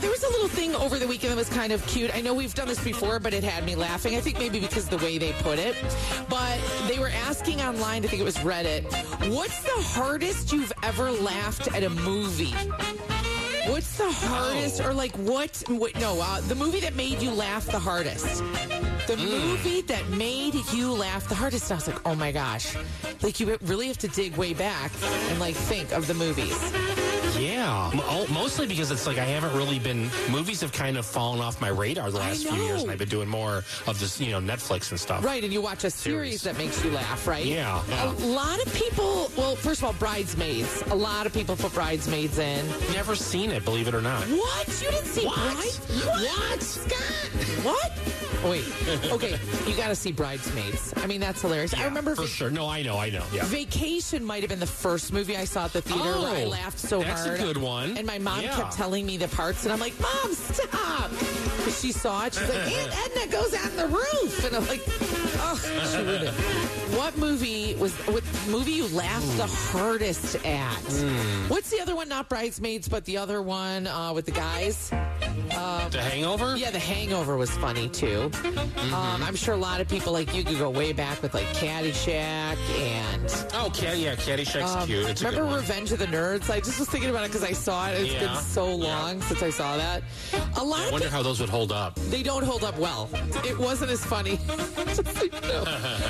there was a little thing over the weekend that was kind of cute. I know we've done this before, but it had me laughing. I think maybe because of the way they put it. But they were asking online, I think it was Reddit, what's the hardest you've ever laughed at a movie? What's the Oh. hardest, or like what? Wait, no, uh, the movie that made you laugh the hardest. The Mm. movie that made you laugh the hardest. And I was like, oh my gosh. Like, you really have to dig way back and like think of the movies. Yeah, M- oh, mostly because it's like I haven't really been. Movies have kind of fallen off my radar the last few know. years, and I've been doing more of this, you know, Netflix and stuff. Right, Oh. and you watch a series, Series. that makes you laugh, right? Yeah, A yeah. lot of people, well, first of all, Bridesmaids. A lot of people put Bridesmaids in. Never seen it, believe it or not. What? You didn't see What? Bridesmaids? What? Scott? What? Oh, wait. Okay, you got to see Bridesmaids. I mean, that's hilarious. I Yeah, remember for vac- sure. No, I know, I know. Yeah. Vacation might have been the first movie I saw at the theater where I Oh, laughed so that's a hard. good one. And my mom Yeah. kept telling me the parts, and I'm like, Mom, stop. 'Cause she saw it. She's like, Aunt Edna goes on the roof. And I'm like, oh, she wouldn't. What movie was, what movie you laughed the hardest at? Hmm. What's the other one? Not Bridesmaids, but the other one uh, with the guys? the Hangover? Yeah, The Hangover was funny too. Mm-hmm. Um, I'm sure a lot of people like you could go way back with like Caddyshack and Oh, Cat, yeah, Caddyshack's um, cute. It's a remember good one. Revenge of the Nerds? I just was thinking about it because I saw it. It's been Yeah, so yeah. long since I saw that. A lot I of wonder people, how those would hold up. they don't hold up well. It wasn't as funny. Just, you know,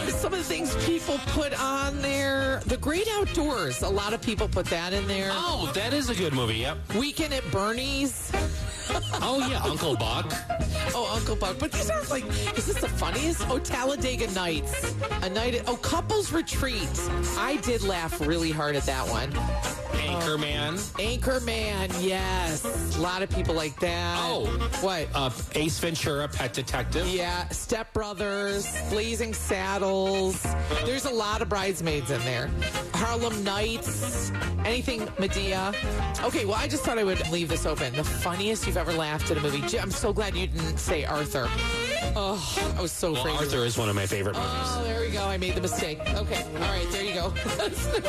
Some of the things people put on there. The Great Outdoors. A lot of people put that in there. Oh, that is a good movie. Yep. Weekend at Bernie's. Oh yeah, Uncle Buck. Oh, Uncle Buck. But these aren't like, is this the funniest? Oh, Talladega Nights. A night at, oh, Couples Retreat. I did laugh really hard at that one. Anchorman. Anchorman, yes. A lot of people like that. Oh. What? Uh, Ace Ventura, Pet Detective. yeah, Step Brothers, Blazing Saddles. There's a lot of bridesmaids in there. Harlem Nights, anything Medea. Okay, well, I just thought I would leave this open. The funniest you've ever laughed at a movie. Gee, I'm so glad you didn't say Arthur. Oh, I was so Well, afraid. Arthur is one of my favorite movies. Oh, there we go. I made the mistake. Okay, all right, there you go.